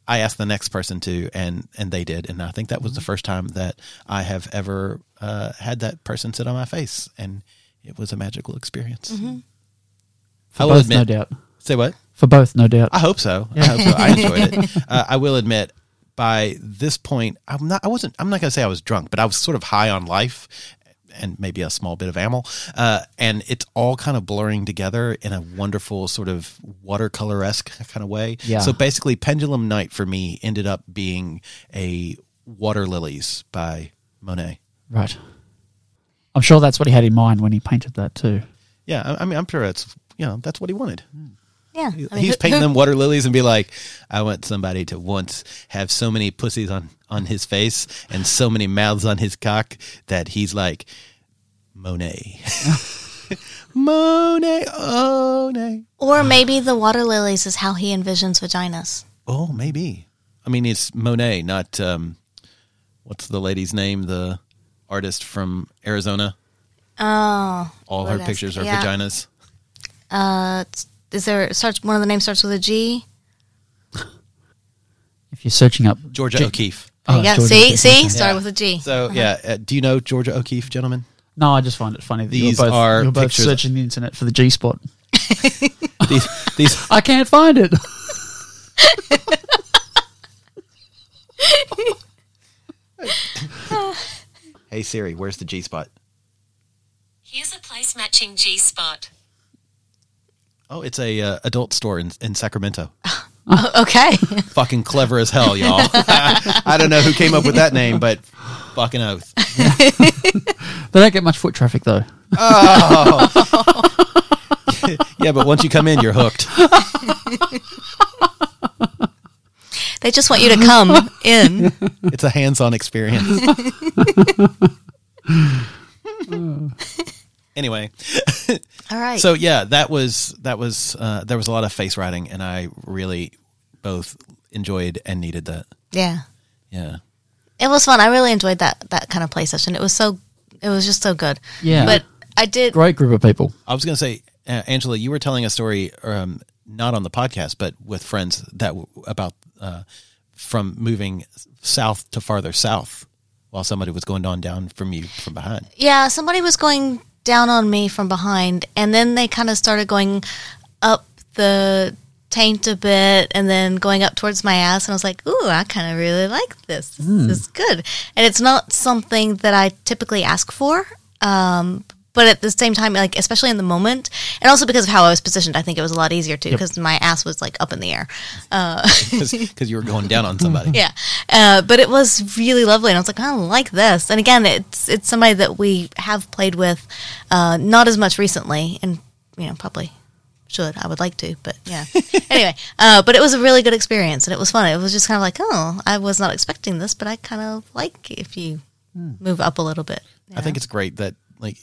I asked the next person to, and and they did, and I think that was the first time that I have ever uh, had that person sit on my face, and it was a magical experience. For I will both, admit- no doubt. Say what? For both, no doubt. I hope so. I hope so. I enjoyed it. Uh, I will admit, by this point, I'm not. I wasn't. I'm not going to say I was drunk, but I was sort of high on life, and maybe a small bit of amyl. Uh, and it's all kind of blurring together in a wonderful sort of watercolor esque kind of way. Yeah. So basically, Pendulum Night for me ended up being a Water Lilies by Monet. Right. I'm sure that's what he had in mind when he painted that too. Yeah, I, I mean, I'm sure it's you know that's what he wanted. Yeah. I mean, he's who- painting who- them water lilies and be like, I want somebody to once have so many pussies on on his face and so many mouths on his cock that he's like Monet. Monet, oh, nay. Or maybe the water lilies is how he envisions vaginas. Oh, maybe. I mean, it's Monet, not um, what's the lady's name? The artist from Arizona. Oh. All Well, her that's- pictures are yeah. vaginas. Uh, it's- is there it starts one of the names starts with a G? If you're searching up Georgia Ge- O'Keeffe. Oh, yeah. Georgia See, O'Keeffe. see, started with a G. So, yeah, uh, do you know Georgia O'Keeffe, gentlemen? No, I just find it funny that These you're both, are you're both pictures- searching the internet for the G spot. These, these I can't find it. Hey Siri, where's the G spot? Here's a place matching G spot. Oh, it's a uh, adult store in, in Sacramento. Oh, okay. fucking clever as hell, y'all. I don't know who came up with that name, but fucking oath. They don't get much foot traffic though. Oh. Yeah, but once you come in, you're hooked. they just want you to come in. It's a hands-on experience. anyway, All right. so yeah, that was that was uh, there was a lot of face writing, and I really both enjoyed and needed that. yeah. Yeah. It was fun. I really enjoyed that that kind of play session. It was so it was just so good. Yeah. But I did Great group of people. I was going to say, uh, Angela, you were telling a story, um, not on the podcast, but with friends that w- about uh, from moving south to farther south while somebody was going on down from you from behind. Yeah, somebody was going down on me from behind, and then they kind of started going up the taint a bit and then going up towards my ass. And I was like, ooh, I kind of really like this. This is good. And it's not something that I typically ask for. Um, but at the same time, like, especially in the moment, and also because of how I was positioned, I think it was a lot easier too, because my ass was like up in the air. Because you were going down on somebody. Yeah, uh, but it was really lovely, and I was like, I like this. And again, it's it's somebody that we have played with, uh, not as much recently, and you know probably should. I would like to, but yeah. anyway, uh, but it was a really good experience, and it was fun. It was just kind of like, oh, I was not expecting this, but I kind of like if you move up a little bit. I think it's great that like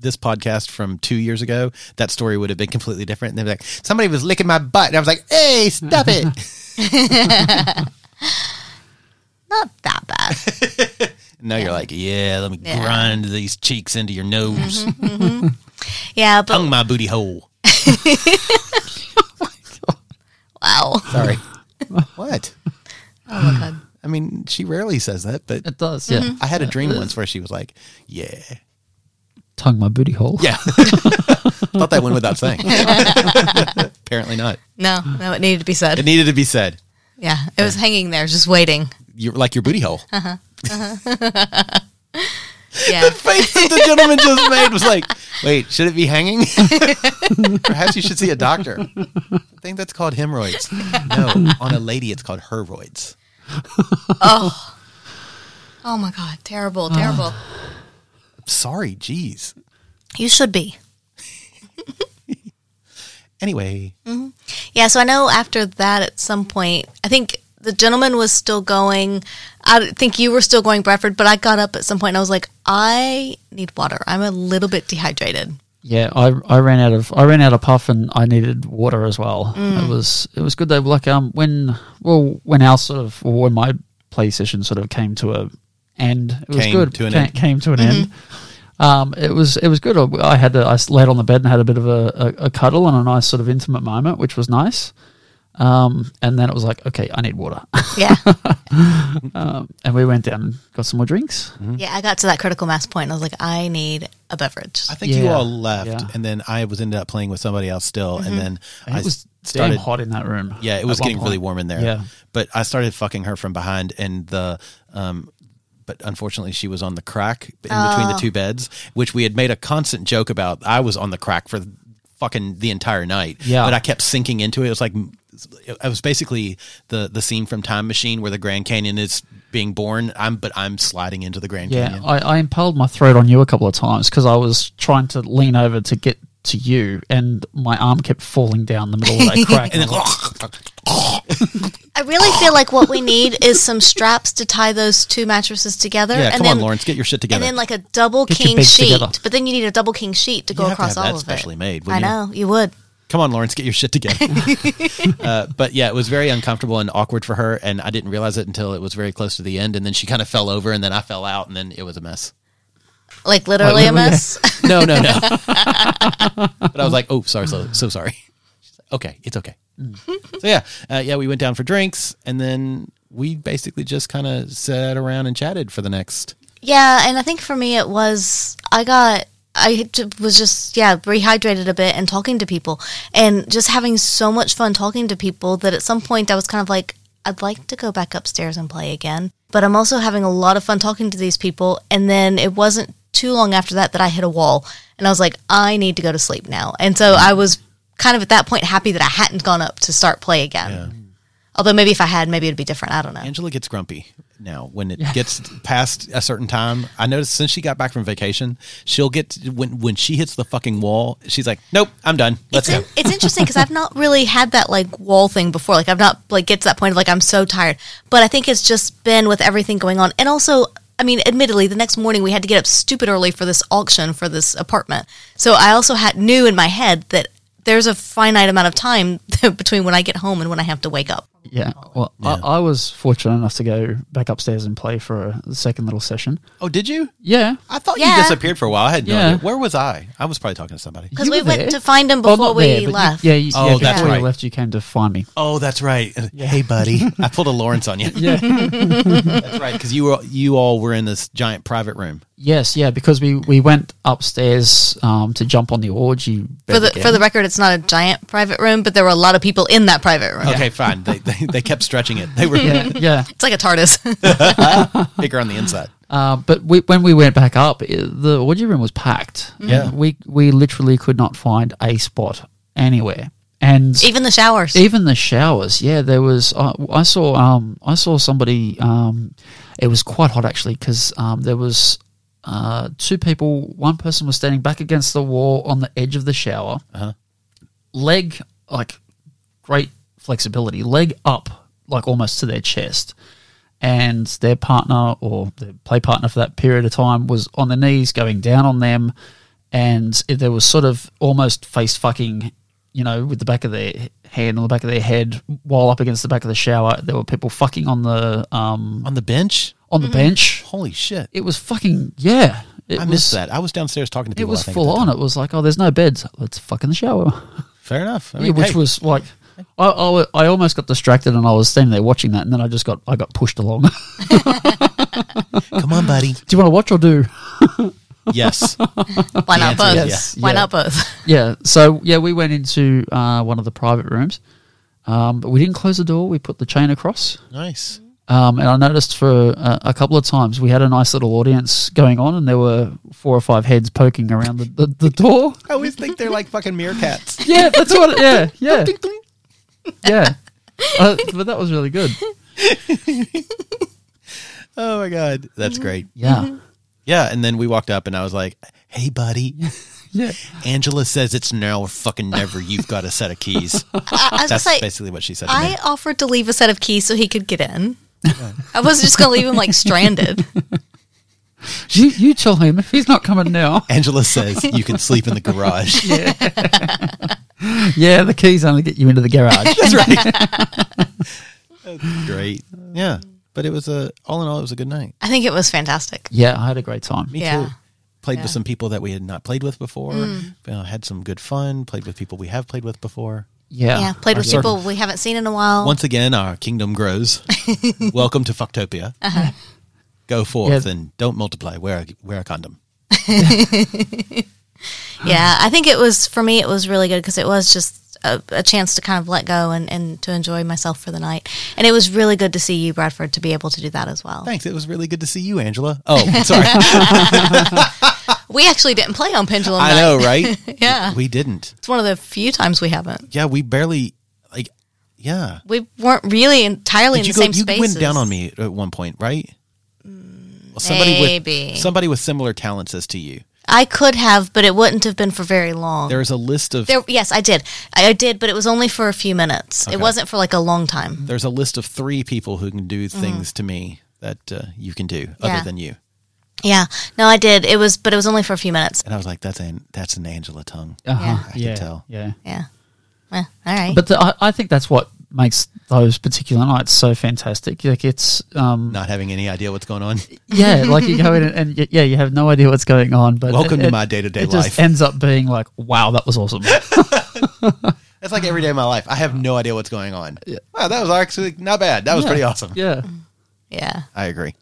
this podcast from two years ago, that story would have been completely different. And they'd be like, somebody was licking my butt. And I was like, hey, stop it. Not that bad. now you're like, yeah, Mm-hmm. let me grind these cheeks into your nose. Yeah, but Tongue my booty hole. wow. Sorry. what? Oh my god. I mean, she rarely says that, but It does, yeah. Mm-hmm. I had a dream once where she was like, yeah. Tongue my booty hole. Yeah. Thought that went without saying. Apparently not. No, no, it needed to be said. It needed to be said. yeah, it was hanging there, just waiting. You're like your booty hole. Yeah, face that the gentleman just made was like, wait, should it be hanging? Perhaps you should see a doctor. I think that's called hemorrhoids. No, on a lady, it's called hervoids. Oh my god, terrible, terrible. Sorry, geez. you should be. Anyway, Yeah, so I know after that at some point, I think the gentleman was still going. I think you were still going Bradford, but I got up at some point and I was like, I need water. I'm a little bit dehydrated. Yeah, I, I ran out of I ran out of puff and I needed water as well. It was it was good though. Like um when well when our sort of well, when my play session sort of came to a end, it was Came good. to an Ca- end. Came to an end. Um, it was it was good. I, I had to, I s- laid on the bed and had a bit of a, a, a cuddle and a nice sort of intimate moment, which was nice. Um, and then it was like, okay, I need water, Yeah, and we went down and got some more drinks. Mm. yeah, I got to that critical mass point and I was like, I need a beverage. I think you Yeah, all left, yeah. and then I was ended up playing with somebody else still, and then And I it was started. damn hot in that room. Yeah, it at was one getting really point. warm in there. Yeah. but I started fucking her from behind, and the um, but unfortunately she was on the crack in between Oh. the two beds, which we had made a constant joke about. I was on the crack for fucking the entire night. Yeah. but I kept sinking into it. It was like I was basically the the scene from Time Machine where the Grand Canyon is being born. I'm but I'm sliding into the Grand Yeah, Oh, Canyon. I, I impaled my throat on you a couple of times because I was trying to lean over to get to you, and my arm kept falling down the middle of that crack. and then, I really feel like what we need is some straps to tie those two mattresses together. yeah, and come then, on, Lawrence, get your shit And together. then like a double Get your king beds sheet, together. but then you need a double king sheet to You go have to across have that all of specially it. made, I wouldn't you? know you would. come on, Lawrence, get your shit together. uh, but yeah, it was very uncomfortable and awkward for her. And I didn't realize it until it was very close to the end. And then she kind of fell over and then I fell out and then it was a mess. Like literally a literally, mess. No, no, no. but I was like, oh, sorry, so, so sorry. She's like, okay, it's okay. so yeah, uh, yeah, we went down for drinks and then we basically just kind of sat around and chatted for the next. Yeah, and I think for me it was I got I j- was just yeah rehydrated a bit and talking to people and just having so much fun talking to people that at some point I was kind of like I'd like to go back upstairs and play again, but I'm also having a lot of fun talking to these people. And then it wasn't too long after that that I hit a wall and I was like I need to go to sleep now. And so I was kind of at that point happy that I hadn't gone up to start play again. Although maybe if I had, maybe it'd be different. I don't know. Angela gets grumpy now when it gets past a certain time. I noticed since she got back from vacation, she'll get when when she hits the fucking wall, she's like, "Nope, I'm done. Let's it's, go." in, it's interesting because I've not really had that like wall thing before. Like I've not like get to that point of like I'm so tired. But I think it's just been with everything going on, and also I mean, admittedly, the next morning we had to get up stupid early for this auction for this apartment. So I also had knew in my head that there's a finite amount of time between when I get home and when I have to wake up. yeah, well, I, I was fortunate enough to go back upstairs and play for a second little session. Oh, did you? Yeah, I thought Yeah. you disappeared for a while. I had no Yeah. idea. Where was I? I was probably talking to somebody. Because You we were went there. to find him Well, before not we there, but you- left. yeah, you, Oh, yeah, that's before right. you left, you came to find me. Oh, that's right. Uh, Hey, buddy, I pulled a Lawrence on you. Yeah. That's right, because you were you all were in this giant private room. Yes, yeah, because we, we went upstairs um, to jump on the orgy. For the for the record, it's not a giant private room, but there were a lot of people in that private room. Okay, fine. They, they they kept stretching it. They were yeah, It's like a TARDIS. bigger on the inside. Uh, but we, when we went back up, i the orgy room was packed. Yeah. we we literally could not find a spot anywhere, and even, Even the showers. the showers. Yeah, there was. I I saw. Um, I saw somebody. Um, it was quite hot actually because um, there was. Uh, two people. One person was standing back against the wall on the edge of the shower, leg like great flexibility, leg up like almost to their chest. And their partner or their play partner for that period of time was on their knees, going down on them and it, there was sort of almost face fucking, you know, with the back of their hand on the back of their head while up against the back of the shower. There were people fucking on the um on the bench. on the bench. Holy shit! It was fucking yeah. It I was, missed that. I was downstairs talking to It people. I was think, at full that on. time. It was like, oh, there's no beds. Let's fuck in the shower. Fair enough. I Yeah, mean, which hey, was like I, I, wa- I almost got distracted and I was standing there watching that and then I just got I got pushed along. do come on, buddy. you want to watch or do? yes. Why not both? yes, Why yeah. not both? Yeah. So yeah, we went into uh, one of the private rooms, um, but we didn't close the door. We put the chain across, Nice. um, and I noticed for uh, a couple of times we had a nice little audience going on, and there were four or five heads poking around the, the, the door. I always think they're like fucking meerkats. Yeah, that's what. Yeah, yeah, yeah. Uh, but that was really good. Oh my god, that's great. Yeah, Yeah, and then we walked up, and I was like, "Hey, buddy." yeah. Angela says it's now or fucking never. You've got a set of keys. I, I was That's gonna say, basically what she said. To me. I offered to leave a set of keys so he could get in. I wasn't just going to leave him like stranded. You you tell him if he's not coming now. Angela says you can sleep in the garage. Yeah, the keys only get you into the garage. That's right. That's great. Yeah, but it was a all in all, it was a good night. I think it was fantastic. yeah, I had a great time. Me Yeah. too. Played with some people that we had not played with before. You know, had some good fun. Played with people we have played with before. Yeah, Yeah, played with Sort people we haven't seen in a while. Once again, our kingdom grows. Welcome to Fucktopia. Uh-huh. Go forth Yeah. and don't multiply. Wear a, wear a condom. yeah, I think it was for me. It was really good because it was just a, a chance to kind of let go and, and to enjoy myself for the night. And it was really good to see you, Bradford, to be able to do that as well. Thanks. It was really good to see you, Angela. Oh, sorry. We actually didn't play on Pendulum. I night. know, right? Yeah. We didn't. It's one of the few times we haven't. Yeah, we barely like yeah. We weren't really entirely in you the same you space. went down on me at one point, right? Well, somebody Mm, maybe. with somebody with similar talents as to you. I could have, but it wouldn't have been for very long. There is a list of There, yes, I did. I, I did, but it was only for a few minutes. It wasn't for like a long time. there's a list of 3 people who can do things to me that uh, you can do Mm-hmm. Yeah. other than you. Yeah, no, I did. It was, but it was only for a few minutes. And I was like that's an that's an Angela tongue. Uh-huh. I could tell. Yeah. Yeah. Eh, all right. But the, I, I think that's what makes those particular nights so fantastic. Like it's, um, Not having any idea what's going on. yeah, like you go in and, and y- yeah, you have no idea what's going on. But Welcome it- to it- my day-to-day It life. just ends up being like, wow, that was awesome. That's like every day of my life. I have no idea what's going on. Wow, that was actually not bad. That was pretty awesome. yeah, Hmm. yeah. I agree.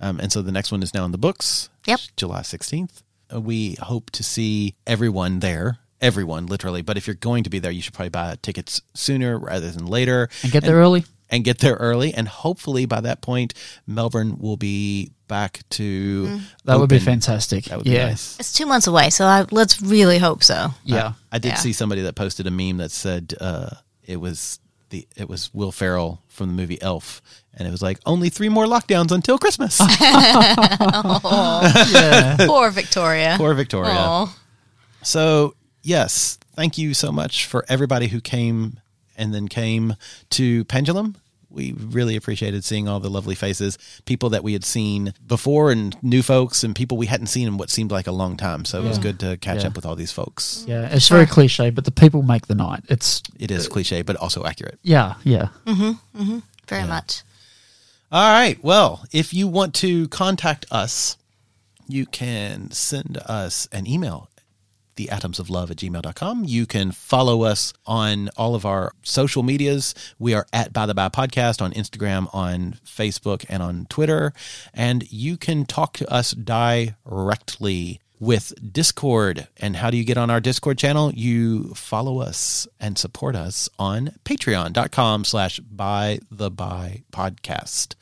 Um, and so the next one is now in the books. Yep. July 16th. Uh, We hope to see everyone there, everyone literally. But if you're going to be there, you should probably buy tickets sooner rather than later and get there early. and get there early. And hopefully by that point, Melbourne will be back to. Mm. That would be open. fantastic. That would be yeah. nice. It's two months away, so I, let's really hope so. Yeah. I did Yeah. see somebody that posted a meme that said uh, it was the it was Will Ferrell from the movie Elf, and it was like only three more lockdowns until Christmas. Poor Victoria. Poor Victoria. Aw. So, yes, thank you so much for everybody who came and then came to Pendulum. We really appreciated seeing all the lovely faces, people that we had seen before, and new folks, and people we hadn't seen in what seemed like a long time. So it was good to catch Yeah. up with all these folks. Yeah. It's very cliche, but the people make the night. It's, It is cliche, but also accurate. yeah, yeah. Hmm. Very much. All right. Well, if you want to contact us, you can send us an email, theatomsoflove at gmail.com. You can follow us on all of our social medias. We are at By the By Podcast on Instagram, on Facebook, and on Twitter. And you can talk to us directly with Discord. And how do you get on our Discord channel? You follow us and support us on patreon.com slash by the by podcast.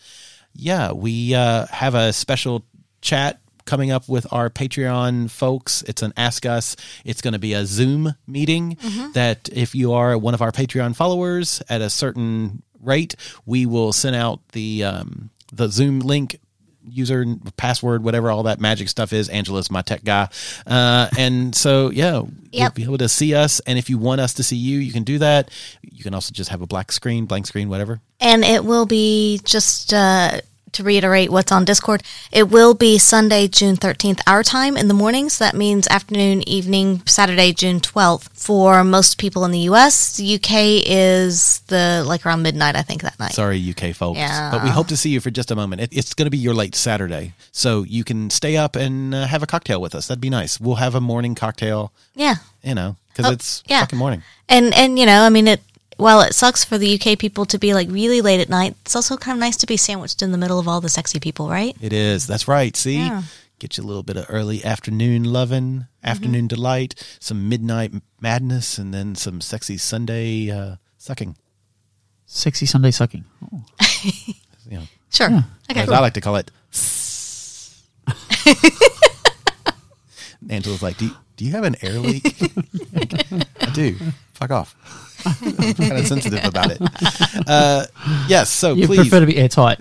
Yeah, we uh, have a special chat coming up with our Patreon folks. It's an Ask Us. It's going to be a Zoom meeting that if you are one of our Patreon followers at a certain rate, we will send out the um, the Zoom link user password whatever all that magic stuff is angela's my tech guy uh, and so yeah you'll Yep. be able to see us and if you want us to see you you can do that you can also just have a black screen blank screen whatever And it will be just uh, to reiterate what's on Discord, it will be Sunday, June 13th, our time in the morning. So that means afternoon, evening, Saturday, June 12th for most people in the US. UK is the like around midnight, I think, that night. Sorry, UK folks. Yeah. But we hope to see you for just a moment. It, it's going to be your late Saturday. So you can stay up and uh, have a cocktail with us. That'd be nice. We'll have a morning cocktail, Yeah. you know, because Oh, it's yeah. fucking morning. And, and, you know, I mean, it, while it sucks for the UK people to be like really late at night, it's also kind of nice to be sandwiched in the middle of all the sexy people, right? It is. That's right. See? Yeah. Mm-hmm. Get you a little bit of early afternoon loving, afternoon delight, some midnight madness, and then some sexy Sunday uh, sucking. Sexy Sunday sucking. You know, Sure. Okay. as I like to call it. Angela's like, do you, do you have an air leak? I do. Fuck off. I'm kind of sensitive about it. Uh, yes, so You please. prefer to be airtight.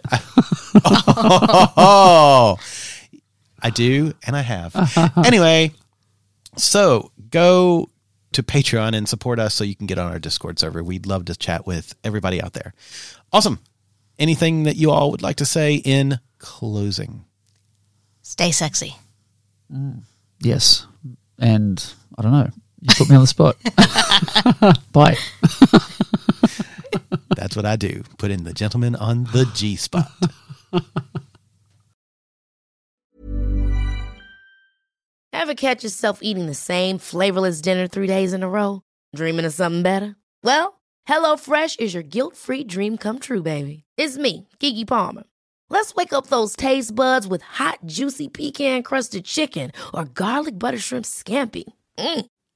oh, I do, and I have. anyway, so go to Patreon and support us so you can get on our Discord server. We'd love to chat with everybody out there. Awesome. Anything that you all would like to say in closing? Stay sexy. yes. And I don't know. You put me on the spot. Bye. That's what I do. Put in the gentleman on the G spot. Ever catch yourself eating the same flavorless dinner three days in a row? Dreaming of something better? Well, HelloFresh is your guilt free dream come true, baby. It's me, Gigi Palmer. Let's wake up those taste buds with hot, juicy pecan crusted chicken or garlic butter shrimp scampi. Mm.